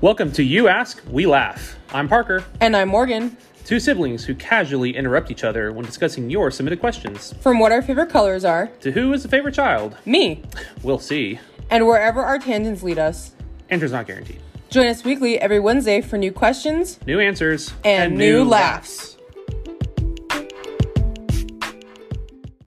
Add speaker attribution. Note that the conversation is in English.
Speaker 1: Welcome to You Ask, We Laugh. I'm Parker,
Speaker 2: And I'm Morgan.
Speaker 1: two siblings who casually interrupt each other when discussing your submitted questions.
Speaker 2: From what our favorite colors are,
Speaker 1: To who is the favorite child?
Speaker 2: me,
Speaker 1: We'll see.
Speaker 2: and wherever our tangents lead us.
Speaker 1: Answers not guaranteed.
Speaker 2: Join us weekly every Wednesday for new questions
Speaker 1: New answers
Speaker 2: and, new laughs.